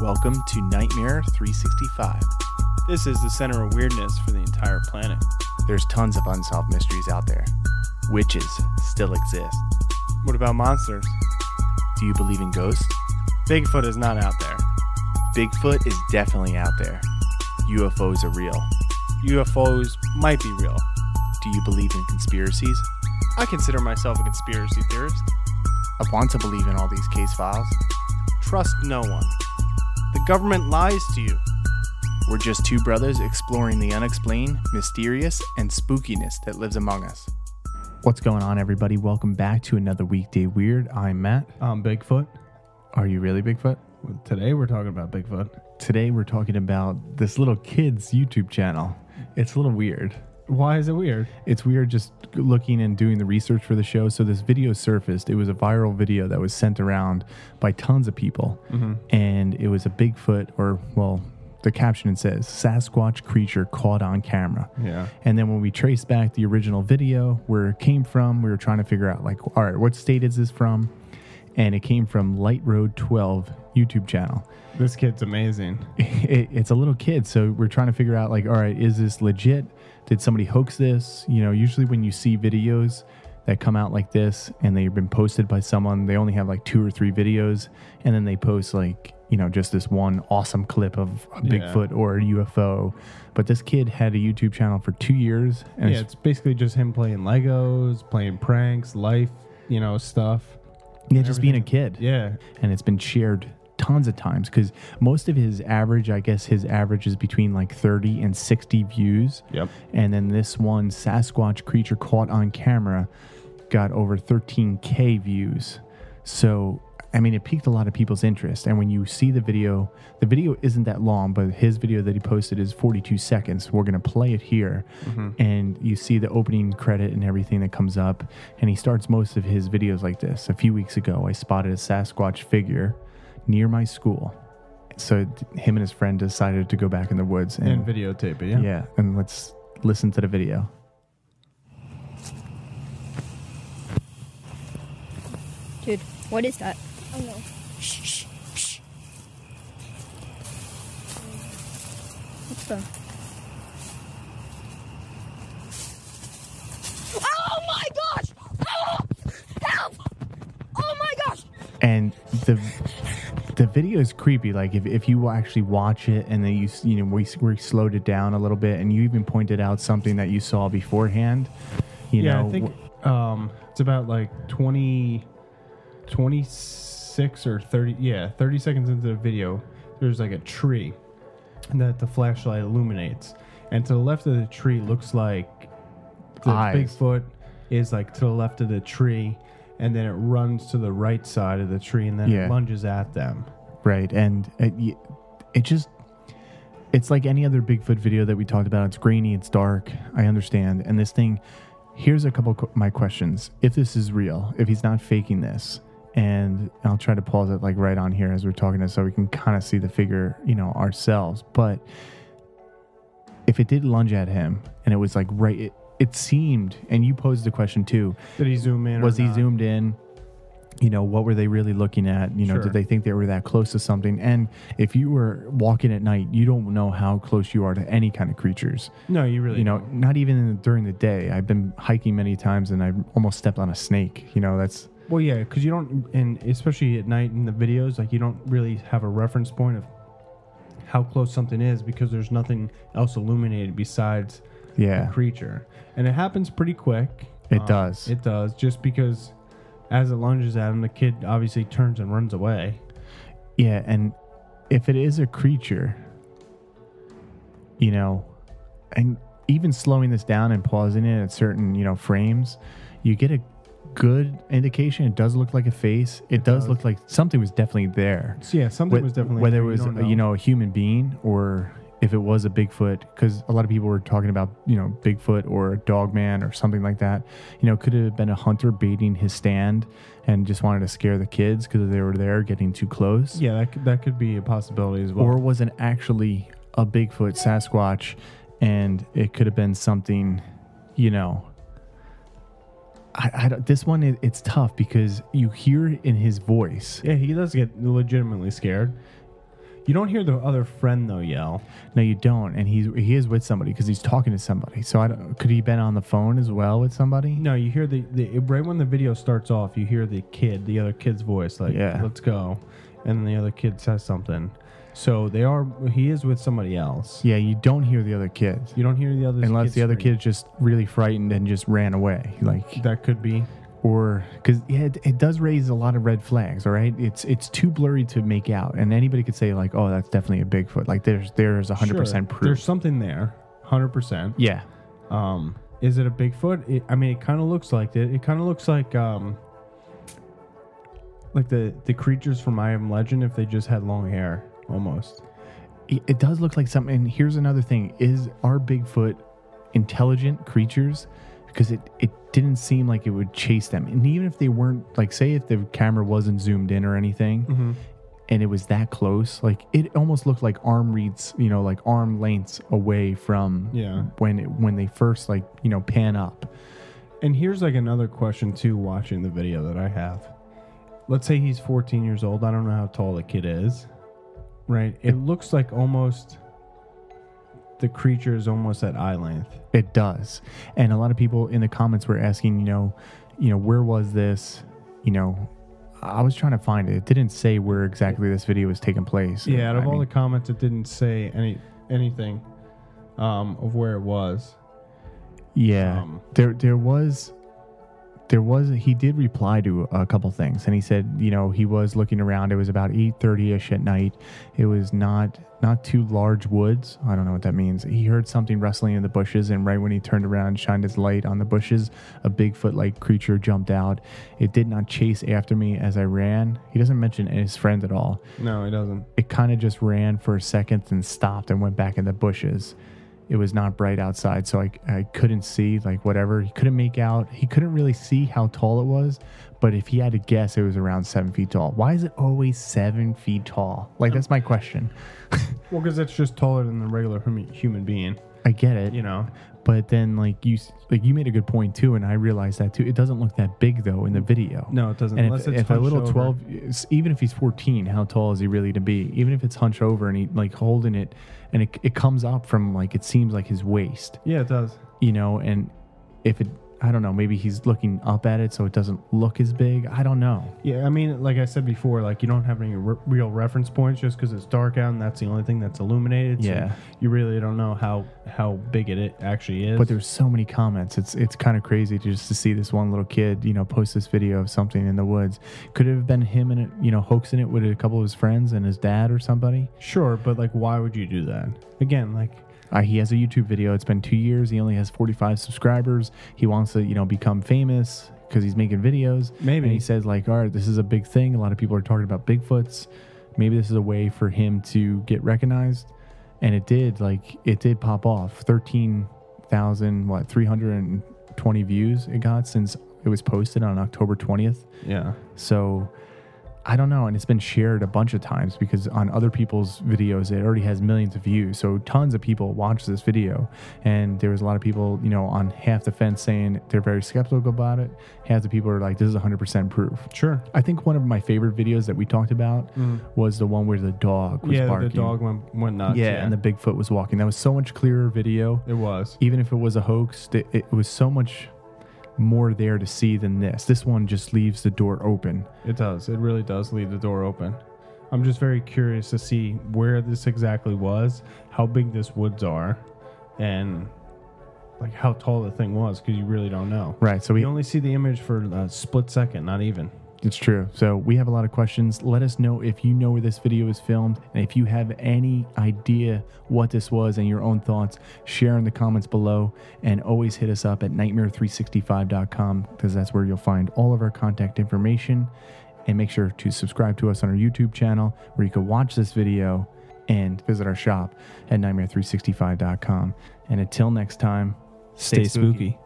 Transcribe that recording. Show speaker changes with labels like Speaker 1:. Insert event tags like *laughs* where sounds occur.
Speaker 1: Welcome to Nightmare 365.
Speaker 2: This is the center of weirdness for the entire planet.
Speaker 1: There's tons of unsolved mysteries out there. Witches still exist.
Speaker 2: What about monsters?
Speaker 1: Do you believe in ghosts?
Speaker 2: Bigfoot is not out there.
Speaker 1: Bigfoot is definitely out there. UFOs are real.
Speaker 2: UFOs might be real.
Speaker 1: Do you believe in conspiracies?
Speaker 2: I consider myself a conspiracy theorist.
Speaker 1: I want to believe in all these case files.
Speaker 2: Trust no one. The government lies to you.
Speaker 1: We're just two brothers exploring the unexplained, mysterious, and spookiness that lives among us. What's going on, everybody? Welcome back to another Weekday Weird. I'm Matt.
Speaker 3: Um, Bigfoot.
Speaker 1: Are you really Bigfoot?
Speaker 3: Today we're talking about Bigfoot.
Speaker 1: Today we're talking about this little kid's YouTube channel. It's a little weird.
Speaker 3: Why is it weird?
Speaker 1: It's weird just looking and doing the research for the show. So this video surfaced. It was a viral video that was sent around by tons of people,
Speaker 3: Mm-hmm.
Speaker 1: and it was a Bigfoot, or well, the caption it says Sasquatch creature caught on camera.
Speaker 3: Yeah.
Speaker 1: And then when we traced back the original video, where it came from, we were trying to figure out like, all right, what state is this from? And it came from Light Road 12 YouTube channel. *laughs*
Speaker 3: This kid's amazing.
Speaker 1: it, it's a little kid so we're trying to figure out like all right is this legit did somebody hoax this you know usually when you see videos that come out like this and they've been posted by someone they only have like two or three videos and then they post like you know just this one awesome clip of a
Speaker 3: Yeah.
Speaker 1: bigfoot or a ufo but this kid had a youtube channel for two years and
Speaker 3: Yeah,
Speaker 1: it's,
Speaker 3: it's basically just him playing Legos, playing pranks, life, you know, stuff.
Speaker 1: yeah just being a kid
Speaker 3: Yeah.
Speaker 1: and it's been shared tons of times because most of his average i guess his average is between like 30 and 60 views
Speaker 3: Yep.
Speaker 1: and then this one sasquatch creature caught on camera got over 13k views so i mean it piqued a lot of people's interest and when you see the video the video isn't that long but his video that he posted is 42 seconds we're going to play it here and you see the opening credit and everything that comes up and he starts most of his videos like this a few weeks ago i spotted a sasquatch figure near my school so him and his friend decided to go back in the woods and,
Speaker 3: And videotape it. Yeah.
Speaker 1: yeah, and let's listen to the video.
Speaker 4: Dude, what is that?
Speaker 5: Oh no.
Speaker 4: Shh, shh, shh. What's that?
Speaker 5: Oh my gosh! Help! Help! Oh my gosh!
Speaker 1: And the the video is creepy. Like if, if you actually watch it and then you s- you know we, s- we slowed it down a little bit and you even pointed out something that you saw beforehand. You
Speaker 3: yeah,
Speaker 1: know,
Speaker 3: I think um, it's about like 20, 26 or 30, yeah, 30 seconds into the video, there's like a tree that the flashlight illuminates. And to the left of the tree looks like the
Speaker 1: Eyes.
Speaker 3: Bigfoot is like to the left of the tree, and then it runs to the right side of the tree and then
Speaker 1: Yeah.
Speaker 3: it lunges at them.
Speaker 1: right and it, y- it just it's like any other bigfoot video that we talked about it's grainy it's dark i understand and this thing here's a couple of qu- my questions if this is real if he's not faking this and i'll try to pause it like right on here as we're talking this so we can kind of see the figure you know ourselves but if it did lunge at him and it was like right it, it seemed and you posed the question too
Speaker 3: Did he zoom in? or
Speaker 1: was he
Speaker 3: not?
Speaker 1: zoomed in you know what were they really looking at you know
Speaker 3: Sure.
Speaker 1: did they think they were that close to something and if you were walking at night you don't know how close you are to any kind of creatures
Speaker 3: No, you really
Speaker 1: you know not even in, during the day i've been hiking many times and i almost stepped on a snake you know that's
Speaker 3: Well, yeah, because you don't, and especially at night in the videos, like you don't really have a reference point of how close something is because there's nothing else illuminated besides
Speaker 1: yeah
Speaker 3: the creature, and it happens pretty quick. Um,
Speaker 1: It does.
Speaker 3: It does, just because as it lunges at him, the kid obviously turns and runs away.
Speaker 1: yeah and if it is a creature you know and even slowing this down and pausing it at certain you know frames you get a good indication it does look like a face it, does
Speaker 3: does.
Speaker 1: look like something was definitely there
Speaker 3: So yeah, something
Speaker 1: Wh-
Speaker 3: was definitely
Speaker 1: whether it
Speaker 3: there,
Speaker 1: was
Speaker 3: don't
Speaker 1: uh, you know a human being or if it was a Bigfoot, because a lot of people were talking about you know Bigfoot or a Dogman or something like that. You know, could it have been a hunter baiting his stand and just wanted to scare the kids because they were there getting too close,
Speaker 3: yeah, that could, that could be a possibility as well.
Speaker 1: or was it actually a Bigfoot Sasquatch, and it could have been something, you know. I, I don't- this one it- it's tough because you hear it in his voice
Speaker 3: yeah, he does get legitimately scared. You don't hear the other friend though yell.
Speaker 1: No, you don't. And he's he is with somebody because he's talking to somebody. So I don't, could he been on the phone as well with somebody?
Speaker 3: No, you hear the, the right when the video starts off, you hear the kid, the other kid's voice, like,
Speaker 1: Yeah.
Speaker 3: "Let's go," and then the other kid says something. So they are. He is with somebody else.
Speaker 1: Yeah, you don't hear the other kids
Speaker 3: You don't hear the other
Speaker 1: unless the other
Speaker 3: scream.
Speaker 1: kid's just really frightened and just ran away. Like
Speaker 3: That could be.
Speaker 1: or because yeah, it, it does raise a lot of red flags. All right, it's it's too blurry to make out, and anybody could say like, "Oh, that's definitely a Bigfoot." Like there's there's hundred percent
Speaker 3: Sure,
Speaker 1: proof.
Speaker 3: There's something there. Hundred percent.
Speaker 1: yeah,
Speaker 3: Um, is it a Bigfoot? It, I mean, it kind of looks like it. It kind of looks like um, like the the creatures from I Am Legend if they just had long hair, almost.
Speaker 1: it, it does look like something. And here's another thing: is are Bigfoot intelligent creatures? Because it it didn't seem like it would chase them, and even if they weren't like, say, if the camera wasn't zoomed in or anything, and it was that close, like it almost looked like arm reads, you know, like arm lengths away from
Speaker 3: Yeah.
Speaker 1: when it, when they first like you know pan up.
Speaker 3: And here's like another question too. Watching the video that I have, let's say he's 14 years old. I don't know how tall the kid is. Right. It looks like almost the creature is almost at eye length.
Speaker 1: It does. And a lot of people in the comments were asking, you know, you know, where was this? You know, I was trying to find it. It didn't say where exactly this video was taking place.
Speaker 3: Yeah, out of
Speaker 1: I
Speaker 3: all
Speaker 1: mean,
Speaker 3: the comments, it didn't say any anything um, of where it was.
Speaker 1: yeah,
Speaker 3: um,
Speaker 1: there there was there was he did reply to a couple things, and he said, you know, he was looking around. It was about eight thirty ish at night. It was not not too large woods. I don't know what that means. He heard something rustling in the bushes, and right when he turned around and shined his light on the bushes, a Bigfoot like creature jumped out. It did not chase after me as I ran. He doesn't mention his friend at all
Speaker 3: No, it doesn't.
Speaker 1: it kind of just ran for a second and stopped and went back in the bushes. It was not bright outside, so I, I couldn't see, like, whatever. He couldn't make out. He couldn't really see how tall it was, but if he had to guess, it was around seven feet tall. Why is it always seven feet tall? Like, that's my question. *laughs*
Speaker 3: Well, because it's just taller than the regular hum- human being.
Speaker 1: I get it,
Speaker 3: You know,
Speaker 1: but then, like, you s- like you made a good point, too, and I realized that, too. It doesn't look that big, though, in the video.
Speaker 3: no, it doesn't.
Speaker 1: And
Speaker 3: unless
Speaker 1: if,
Speaker 3: it's
Speaker 1: if a
Speaker 3: hunched
Speaker 1: little
Speaker 3: over.
Speaker 1: 12, it's- even if he's 14, how tall is he really to be? Even if it's hunched over and he like holding it and it, it comes up from like, it seems like his waist,
Speaker 3: yeah, it does.
Speaker 1: you know, and if it, I don't know, maybe he's looking up at it so it doesn't look as big. I don't know.
Speaker 3: Yeah, I mean, like I said before, like you don't have any re- real reference points just because it's dark out and that's the only thing that's illuminated. so
Speaker 1: Yeah.
Speaker 3: you really don't know how how big it, it actually is.
Speaker 1: But there's so many comments. It's it's kind of crazy to just to see this one little kid, you know, post this video of something in the woods. Could it have been him and you know hoaxing it with a couple of his friends and his dad or somebody?
Speaker 3: sure, but like, why would you do that? Again, like,
Speaker 1: Uh, he has a YouTube video. It's been two years. He only has 45 subscribers. He wants to, you know, become famous because he's making videos.
Speaker 3: Maybe.
Speaker 1: And he says, like, all right, this is a big thing. A lot of people are talking about Bigfoots. Maybe this is a way for him to get recognized. And it did, like, it did pop off. 13,000, what, 320 views it got since it was posted on October 20th.
Speaker 3: yeah,
Speaker 1: So I don't know. And it's been shared a bunch of times because on other people's videos, it already has millions of views. So tons of people watch this video. And there was a lot of people, you know, on half the fence saying they're very skeptical about it. Half the people are like, this is 100% proof.
Speaker 3: sure.
Speaker 1: I think one of my favorite videos that we talked about was the one where the dog was
Speaker 3: Mm. Yeah,
Speaker 1: barking.
Speaker 3: the dog went went nuts.
Speaker 1: yeah, and the Bigfoot was walking. That was so much clearer video
Speaker 3: it was.
Speaker 1: even if it was a hoax, th- it was so much more there to see than this. This one just leaves the door open.
Speaker 3: It does. It really does leave the door open. I'm just very curious to see where this exactly was, how big this woods are, and like how tall the thing was because you really don't know.
Speaker 1: Right. So we
Speaker 3: You only see the image for a split second, not even.
Speaker 1: it's true. So we have a lot of questions. Let us know if you know where this video is filmed and if you have any idea what this was and your own thoughts, share in the comments below and always hit us up at nightmare365.com because that's where you'll find all of our contact information and make sure to subscribe to us on our YouTube channel where you can watch this video and visit our shop at nightmare365.com. And until next time,
Speaker 3: Stay spooky.